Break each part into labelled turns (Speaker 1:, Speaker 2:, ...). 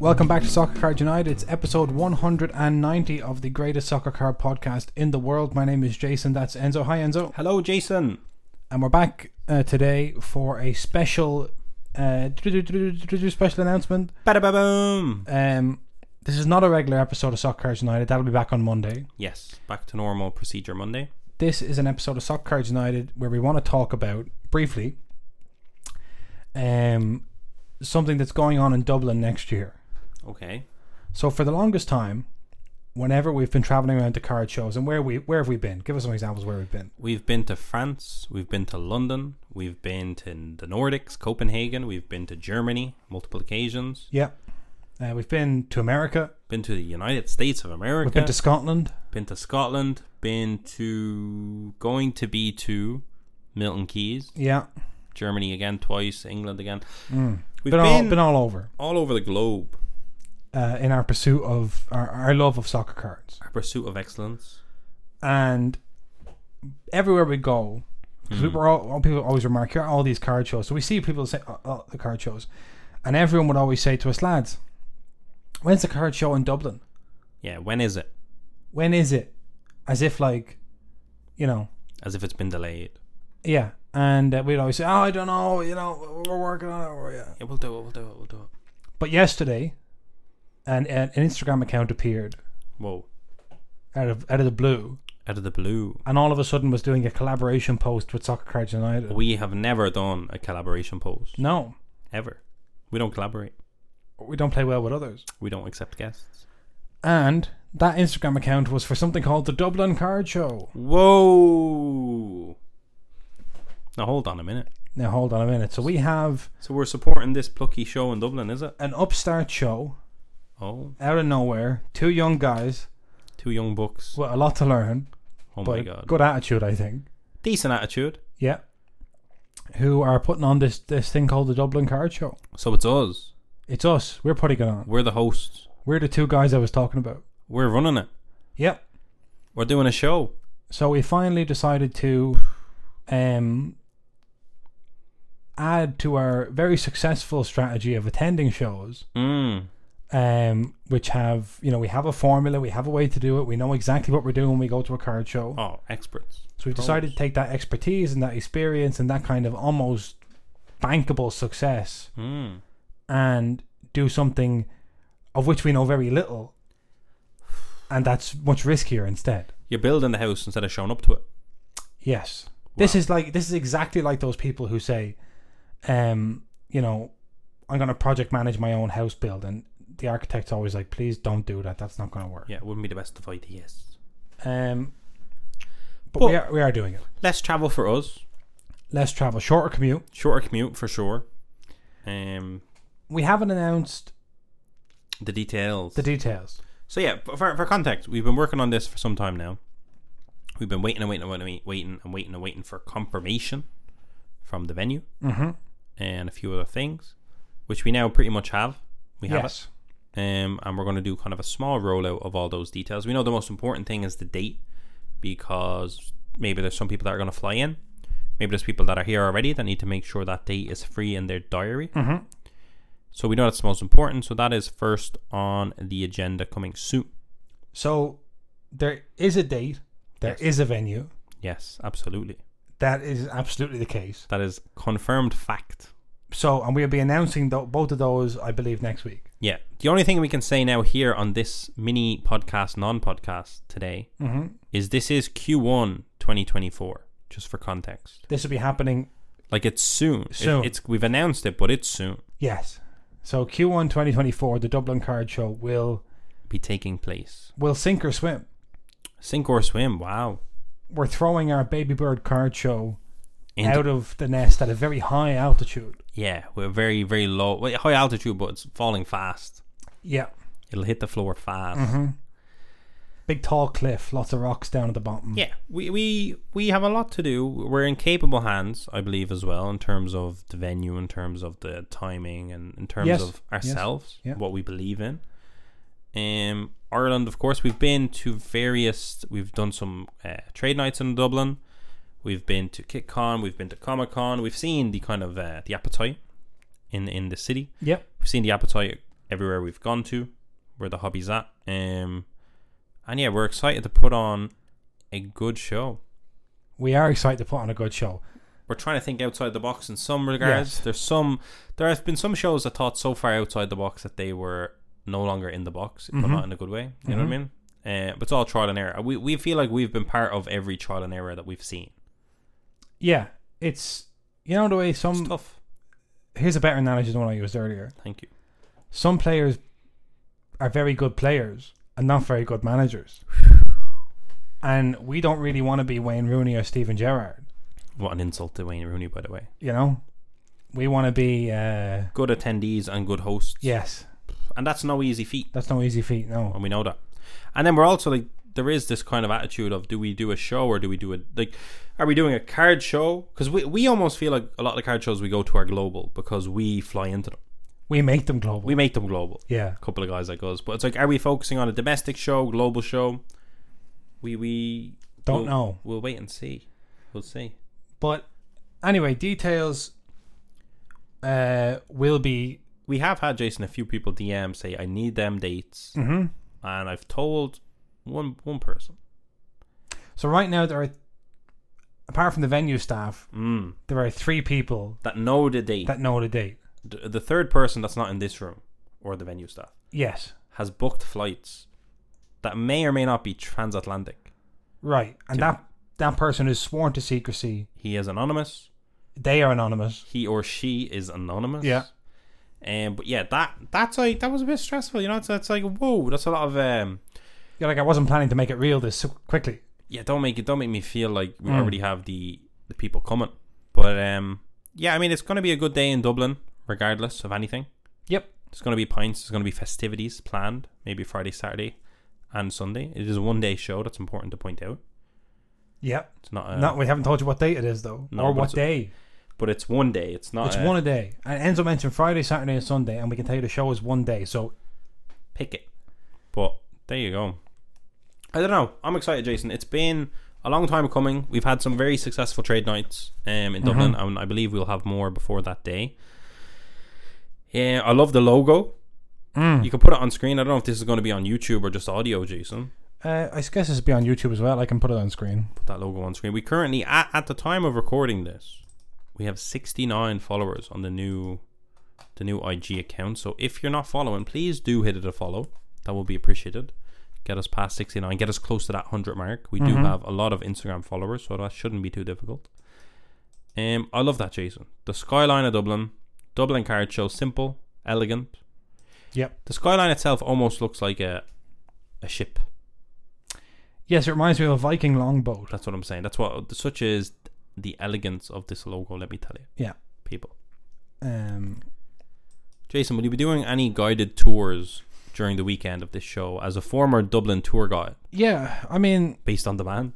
Speaker 1: Welcome back to Soccer Card United. It's episode 190 of the greatest soccer card podcast in the world. My name is Jason. That's Enzo. Hi, Enzo.
Speaker 2: Hello, Jason.
Speaker 1: And we're back uh, today for a special uh, special announcement.
Speaker 2: Ba-da-ba-boom.
Speaker 1: Um, this is not a regular episode of Soccer Cards United. That'll be back on Monday.
Speaker 2: Yes, back to normal procedure Monday.
Speaker 1: This is an episode of Soccer Cards United where we want to talk about briefly um, something that's going on in Dublin next year.
Speaker 2: Okay.
Speaker 1: So for the longest time, whenever we've been traveling around to card shows, and where we where have we been? Give us some examples where we've been.
Speaker 2: We've been to France, we've been to London, we've been to the Nordics, Copenhagen, we've been to Germany multiple occasions,
Speaker 1: Yeah, uh, we've been to America.
Speaker 2: been to the United States of America,
Speaker 1: We've been to Scotland.
Speaker 2: been to Scotland, been to going to be to Milton Keys,
Speaker 1: Yeah,
Speaker 2: Germany again twice, England again. We've
Speaker 1: Mm. been,
Speaker 2: been,
Speaker 1: all been all over
Speaker 2: all over the globe.
Speaker 1: uh, in our pursuit of our, our love of soccer cards.
Speaker 2: Our pursuit of excellence.
Speaker 1: and everywhere we go, 'cause
Speaker 2: Hmm.
Speaker 1: we were all, all people always remark, "You're at all these card shows." So we see people say uh, uh, the card shows, and everyone would always say to us, "Lads, when's the card show in Dublin?
Speaker 2: Yeah, when is it?
Speaker 1: When is it?" As if like, you know,
Speaker 2: As if it's been delayed.
Speaker 1: yeah. And uh, we'd always say, "Oh, I don't know, you know, we're working on it." Or, yeah.
Speaker 2: Yeah, we'll do it, we'll do it, we'll do it.
Speaker 1: But yesterday, an, an an Instagram account appeared
Speaker 2: Whoa.
Speaker 1: out of out of the blue,
Speaker 2: Out of the blue.
Speaker 1: and all of a sudden was doing a collaboration post with Soccer Cards United.
Speaker 2: We have never done a collaboration post
Speaker 1: no,
Speaker 2: ever. We don't collaborate.
Speaker 1: we don't play well with others.
Speaker 2: We don't accept guests.
Speaker 1: And that Instagram account was for something called the Dublin Card Show.
Speaker 2: Whoa! Now hold on a minute.
Speaker 1: Now, hold on a minute. So, we have
Speaker 2: So we're supporting this plucky show in Dublin, is it?
Speaker 1: an upstart show
Speaker 2: Oh,
Speaker 1: out of nowhere, two young guys
Speaker 2: two young bucks.
Speaker 1: with a lot to learn,
Speaker 2: Oh
Speaker 1: but
Speaker 2: my god.
Speaker 1: good attitude, I think.
Speaker 2: Decent attitude.
Speaker 1: Yeah. Who are putting on this, this thing called the Dublin Card Show.
Speaker 2: So it's us.
Speaker 1: It's us. We're putting it on.
Speaker 2: We're the hosts.
Speaker 1: We're the two guys I was talking about.
Speaker 2: We're running it.
Speaker 1: Yep.
Speaker 2: We're doing a show.
Speaker 1: So, we finally decided to um, add to our very successful strategy of attending shows.
Speaker 2: Mm.
Speaker 1: um, which have you know we have a formula, we have a way to do it, we know exactly what we're doing when we go to a card show.
Speaker 2: Oh, experts.
Speaker 1: so we've decided to take that expertise and that experience and that kind of almost bankable success
Speaker 2: Mm.
Speaker 1: and do something of which we know very little, and that's much riskier instead.
Speaker 2: You're building the house instead of showing up to it.
Speaker 1: Yes, this is like this is exactly like those people who say, um, you know, I'm going to project manage my own house build and. The architect's always like, please don't do that. That's not going to work.
Speaker 2: Yeah, it wouldn't be the best of ideas.
Speaker 1: Um, but
Speaker 2: But-
Speaker 1: we are we are doing it.
Speaker 2: Less travel for us.
Speaker 1: Less travel, shorter commute.
Speaker 2: Shorter commute for sure. Um,
Speaker 1: We haven't announced
Speaker 2: the details.
Speaker 1: the details.
Speaker 2: so yeah, but for, for context, we've been working on this for some time now. We've been waiting and waiting and waiting and waiting and waiting and waiting for confirmation from the venue
Speaker 1: Mm-hmm.
Speaker 2: and a few other things, which we now pretty much have. We have
Speaker 1: Yes,
Speaker 2: it, um, and we're going to do kind of a small rollout of all those details. We know the most important thing is the date because maybe there's some people that are going to fly in. Maybe there's people that are here already that need to make sure that date is free in their diary.
Speaker 1: Mhm.
Speaker 2: So we know that's the most important. So that is first on the agenda coming soon.
Speaker 1: so there is a date. There is
Speaker 2: Yes.
Speaker 1: a venue.
Speaker 2: Yes, absolutely.
Speaker 1: That is absolutely the case.
Speaker 2: That is confirmed fact.
Speaker 1: So, and we'll be announcing tho- both of those, I believe, next week.
Speaker 2: Yeah. The only thing we can say now here on this mini podcast, non podcast today
Speaker 1: Mm-hmm.
Speaker 2: is this is Q1 2024, just for context.
Speaker 1: This will be happening.
Speaker 2: Like it's soon. It-
Speaker 1: Soon.
Speaker 2: it's We've announced it, but it's soon.
Speaker 1: Yes. So Q1 2024, the Dublin Card Show will
Speaker 2: Be taking place.
Speaker 1: will sink or swim.
Speaker 2: Sink or swim. Wow.
Speaker 1: We're throwing our baby bird card show
Speaker 2: Into-
Speaker 1: out of the nest at a very high altitude.
Speaker 2: yeah, we're very, very low, well, high altitude, but it's falling fast.
Speaker 1: Yeah.
Speaker 2: It'll hit the floor fast.
Speaker 1: Big tall cliff, lots of rocks down at the bottom.
Speaker 2: Yeah, we, we we have a lot to do. We're in capable hands, I believe, as well, in terms of the venue, in terms of the timing, and in terms
Speaker 1: Yes,
Speaker 2: of
Speaker 1: yes,
Speaker 2: ourselves,
Speaker 1: yeah.
Speaker 2: what we believe in. Um, Ireland, of course, we've been to various. We've done some uh, trade nights in Dublin. We've been to KitCon. We've been to Comic Con. We've seen the kind of uh, the appetite in in the city.
Speaker 1: Yep.
Speaker 2: We've seen the appetite everywhere we've gone to, where the hobby's at. Um, and yeah, we're excited to put on a good show.
Speaker 1: We are excited to put on a good show.
Speaker 2: We're trying to think outside the box in some regards.
Speaker 1: Yes.
Speaker 2: There's some, there have been some shows I thought so far outside the box that they were no longer in the box, but
Speaker 1: Mhm.
Speaker 2: not in a good way. You know what I mean? Uh, but it's all trial and error. We, we feel like we've been part of every trial and error that we've seen.
Speaker 1: Yeah, it's you know the way
Speaker 2: It's
Speaker 1: some.
Speaker 2: tough.
Speaker 1: Here's a better analogy than one I used earlier.
Speaker 2: Thank you.
Speaker 1: Some players are very good players and not very good managers. And we don't really want to be Wayne Rooney or Steven Gerrard.
Speaker 2: What an insult to Wayne Rooney, by the way.
Speaker 1: You know, we want to be. Uh,
Speaker 2: Good attendees and good hosts.
Speaker 1: yes,
Speaker 2: And that's no easy feat.
Speaker 1: that's no easy feat. No.
Speaker 2: and we know that. And then we're also like, there is this kind of attitude of, do we do a show or do we do a like, are we doing a card show? Because we we almost feel like a lot of the card shows we go to are global because we fly into them,
Speaker 1: We make them global.
Speaker 2: we make them global.
Speaker 1: yeah.
Speaker 2: A couple of guys like us, but it's like, are we focusing on a domestic show, global show? We we
Speaker 1: Don't
Speaker 2: we'll-
Speaker 1: know.
Speaker 2: We'll wait and see. We'll see.
Speaker 1: But anyway, details uh, will be.
Speaker 2: We have had Jason a few people DM say, I need them dates,
Speaker 1: Mm-hmm.
Speaker 2: and I've told one one person.
Speaker 1: So right now there are, apart from the venue staff,
Speaker 2: Mm.
Speaker 1: there are three people
Speaker 2: That know the date.
Speaker 1: that know the date.
Speaker 2: the the third person that's not in this room or the venue staff
Speaker 1: Yes,
Speaker 2: has booked flights that may or may not be transatlantic.
Speaker 1: right, and
Speaker 2: Yeah.
Speaker 1: that that person is sworn to secrecy.
Speaker 2: He is anonymous.
Speaker 1: They are anonymous.
Speaker 2: He or she is anonymous.
Speaker 1: Yeah.
Speaker 2: Um, but yeah, that that's like that was a bit stressful. You know, it's, it's like whoa, that's a lot of um.
Speaker 1: You're like, I wasn't planning to make it real this so quickly.
Speaker 2: Yeah, don't make it. Don't make me feel like we
Speaker 1: Mm.
Speaker 2: already have the the people coming. But um, yeah, I mean, it's gonna be a good day in Dublin, regardless of anything.
Speaker 1: Yep.
Speaker 2: There's gonna be pints. There's gonna be festivities planned, maybe Friday, Saturday, and Sunday. It is a one day show. That's important to point out.
Speaker 1: Yep.
Speaker 2: It's not a,
Speaker 1: Not we haven't told you what day it is though,
Speaker 2: Uh, No,
Speaker 1: or
Speaker 2: but
Speaker 1: what
Speaker 2: it's-
Speaker 1: day.
Speaker 2: but it's one day. It's not.
Speaker 1: it's
Speaker 2: a-
Speaker 1: one a day, and Enzo mentioned Friday, Saturday, and Sunday, and we can tell you the show is one day. So
Speaker 2: pick it. But there you go. I don't know. I'm excited, Jason. It's been a long time coming. We've had some very successful trade nights um, in Dublin,
Speaker 1: Mm-hmm.
Speaker 2: and I believe we'll have more before that day. Yeah, I love the logo.
Speaker 1: Mm.
Speaker 2: You can put it on screen. I don't know if this is going to be on YouTube or just audio, Jason.
Speaker 1: uh, I guess this will be on YouTube as well. I can put it on screen.
Speaker 2: Put that logo on screen. We currently, at, at the time of recording this, we have 69 followers on the new the new IG account. So if you're not following, please do hit it a follow. That will be appreciated. Get us past 69, get us close to that 100 mark. We do have a lot of Instagram followers, so that shouldn't be too difficult. Um, I love that, Jason. The skyline of Dublin, Dublin card show, simple, elegant.
Speaker 1: Yep.
Speaker 2: The skyline itself almost looks like a a ship.
Speaker 1: Yes, it reminds me of a Viking longboat.
Speaker 2: That's what I'm saying. That's what such is the elegance of this logo. Let me tell you,
Speaker 1: Yeah.
Speaker 2: people.
Speaker 1: Um,
Speaker 2: Jason, will you be doing any guided tours during the weekend of this show as a former Dublin tour guide
Speaker 1: yeah, I mean,
Speaker 2: based on demand?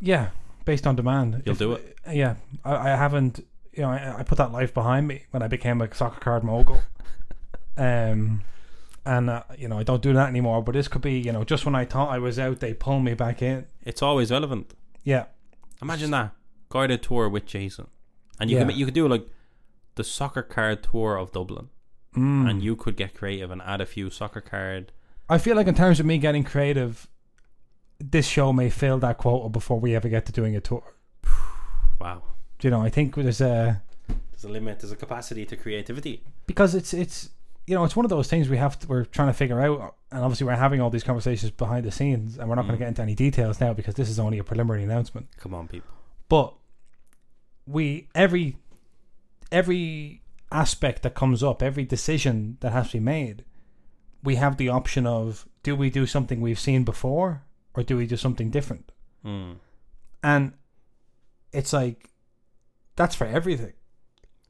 Speaker 1: yeah, based on demand.
Speaker 2: You'll
Speaker 1: If-
Speaker 2: do it.
Speaker 1: Yeah, I, I haven't. You know, I, I put that life behind me when I became a soccer card mogul. um, and uh, you know, I don't do that anymore. But this could be, you know, just when I thought I was out, they pull me back in.
Speaker 2: It's always relevant.
Speaker 1: Yeah,
Speaker 2: Imagine that guided tour with Jason, and you
Speaker 1: Yeah.
Speaker 2: could ma- you could do like the soccer card tour of Dublin,
Speaker 1: mm.
Speaker 2: and you could get creative and add a few soccer card.
Speaker 1: I feel like in terms of me getting creative, this show may fill that quota before we ever get to doing a tour.
Speaker 2: Wow,
Speaker 1: You know, I think there's a
Speaker 2: there's a limit. There's a capacity to creativity.
Speaker 1: because it's it's you know it's one of those things we have to, we're trying to figure out and obviously we're having all these conversations behind the scenes and we're not going
Speaker 2: Mm.
Speaker 1: to get into any details now because this is only a preliminary announcement
Speaker 2: Come on, people.
Speaker 1: but we every every aspect that comes up every decision that has to be made we have the option of do we do something we've seen before or do we do something different
Speaker 2: Mm.
Speaker 1: and it's like that's for everything.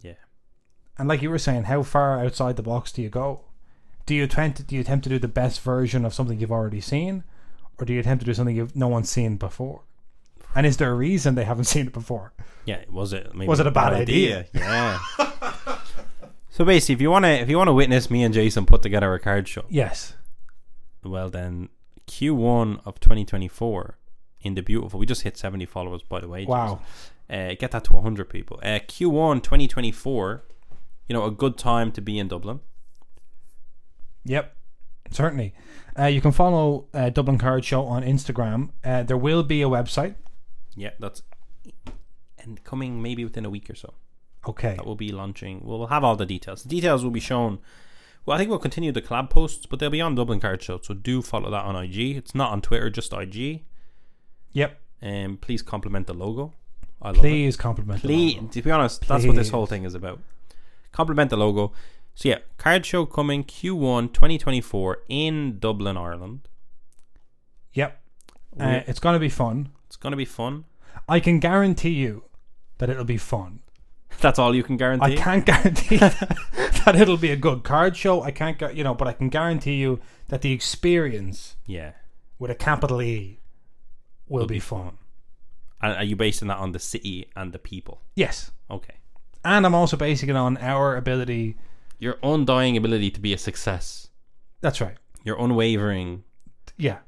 Speaker 2: Yeah.
Speaker 1: And like you were saying, how far outside the box do you go? Do you attempt do you attempt to do the best version of something you've already seen, or do you attempt to do something you've no one's seen before? And is there a reason they haven't seen it before?
Speaker 2: Yeah, was it? Maybe
Speaker 1: Was it a bad idea?
Speaker 2: Yeah. so basically, if you wanna if you wanna witness me and Jason put together a card show,
Speaker 1: Yes.
Speaker 2: well then Q1 of 2024 in the beautiful. We just hit 70 followers, by the way.
Speaker 1: Wow.
Speaker 2: Jason. Uh, get that to 100 people. Uh, Q1 2024. You know, a good time to be in Dublin.
Speaker 1: Yep, certainly. Uh, you can follow uh, Dublin Card Show on Instagram. Uh, there will be a website.
Speaker 2: Yeah, that's and coming maybe within a week or so.
Speaker 1: Okay.
Speaker 2: That will be launching. We'll, we'll have all the details. The details will be shown. Well, I think we'll continue the collab posts, but they'll be on Dublin Card Show. So do follow that on IG. It's not on Twitter, just IG.
Speaker 1: Yep.
Speaker 2: And please compliment the logo. I love it.
Speaker 1: Please compliment. the
Speaker 2: Please,
Speaker 1: logo.
Speaker 2: to be honest, that's what this
Speaker 1: Please.
Speaker 2: whole thing is about. Compliment the logo. So yeah, card show coming Q1 2024 in Dublin, Ireland.
Speaker 1: Yep. Uh, it's going to be fun.
Speaker 2: It's gonna be fun.
Speaker 1: I can guarantee you that it'll be fun.
Speaker 2: That's all you can
Speaker 1: I
Speaker 2: guarantee.
Speaker 1: can't guarantee that it'll be a good card show. I can't, gu- you know, but I can guarantee you that the experience
Speaker 2: Yeah.
Speaker 1: with a capital E will be fun.
Speaker 2: And are you basing that on the city and the people?
Speaker 1: Yes.
Speaker 2: Okay.
Speaker 1: And I'm also basing it on our ability.
Speaker 2: Your undying ability to be a success.
Speaker 1: That's right.
Speaker 2: You're unwavering.
Speaker 1: Yeah.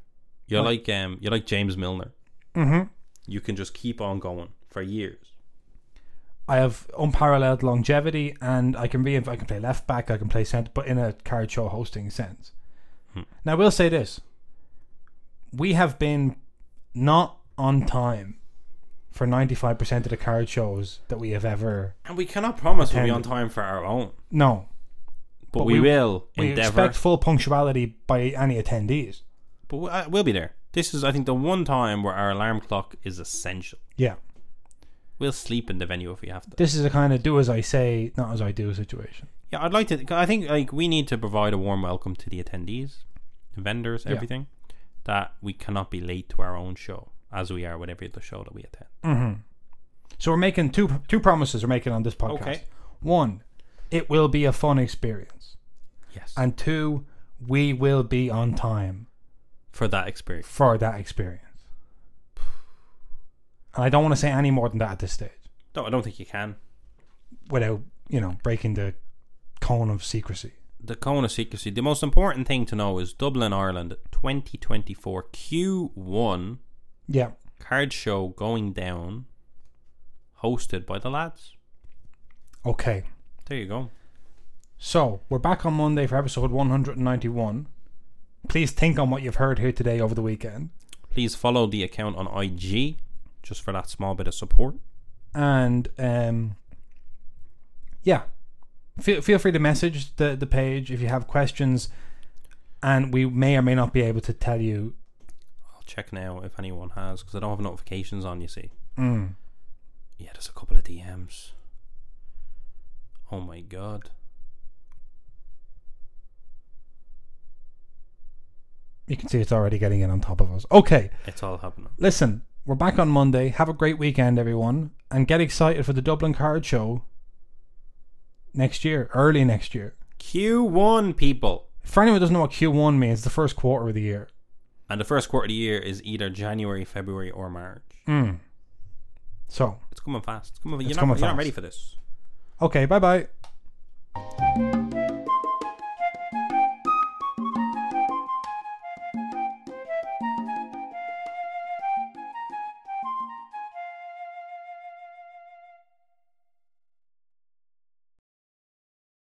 Speaker 2: You're like um. You're like James Milner.
Speaker 1: Mm-hmm.
Speaker 2: You can just keep on going for years.
Speaker 1: I have unparalleled longevity, and I can be. I can play left back. I can play centre, but in a card show hosting sense.
Speaker 2: Hmm.
Speaker 1: Now, I will say this: we have been not on time for ninety-five percent of the card shows that we have ever.
Speaker 2: And we cannot promise we'll be on
Speaker 1: Attend.
Speaker 2: time for our own,
Speaker 1: No,
Speaker 2: but,
Speaker 1: But
Speaker 2: we,
Speaker 1: we-
Speaker 2: will
Speaker 1: we
Speaker 2: endeavor.
Speaker 1: expect full punctuality by any attendees.
Speaker 2: But we- I- we'll be there. This is, I think, the one time where our alarm clock is essential.
Speaker 1: Yeah,
Speaker 2: We'll sleep in the venue if we have to.
Speaker 1: this is a kind of do as I say, not as I do situation.
Speaker 2: Yeah, I'd like to. I think like we need to provide a warm welcome to the attendees, vendors, everything. That we cannot be late to our own show as we are with every other show that we attend.
Speaker 1: So we're making two two promises. We're making on this podcast.
Speaker 2: Okay.
Speaker 1: One, it will be a fun experience.
Speaker 2: Yes, and
Speaker 1: and two, we will be on time
Speaker 2: for that experience,
Speaker 1: for that experience. And I don't want to say any more than that at this stage
Speaker 2: no, I don't think you can.
Speaker 1: without, you know, breaking the cone of secrecy.
Speaker 2: The cone of secrecy. The most important thing to know is Dublin, Ireland, 2024 Q1
Speaker 1: Yeah.
Speaker 2: card show going down, hosted by the lads.
Speaker 1: Okay.
Speaker 2: There you go.
Speaker 1: So we're back on Monday for episode 191. Please think on what you've heard here today over the weekend.
Speaker 2: please follow the account on IG just for that small bit of support.
Speaker 1: And um, yeah, feel, feel free to message the, the page if you have questions. And we may or may not be able to tell you
Speaker 2: I'll check now if anyone has because I don't have notifications on. You see,
Speaker 1: mm,
Speaker 2: yeah, there's a couple of DMs. Oh my god,
Speaker 1: You can see it's already getting in on top of us. Okay,
Speaker 2: it's all happening.
Speaker 1: listen, we're back on Monday. Have a great weekend, everyone, and get excited for the Dublin Card Show next year, early next year.
Speaker 2: Q1 people,
Speaker 1: For anyone who doesn't know what Q1 means, the first quarter of the year.
Speaker 2: and the first quarter of the year is either January, February, or March.
Speaker 1: Mm. So,
Speaker 2: It's coming fast. It's coming. You're,
Speaker 1: It's
Speaker 2: not,
Speaker 1: coming
Speaker 2: you're not
Speaker 1: fast.
Speaker 2: ready for this.
Speaker 1: okay, bye bye.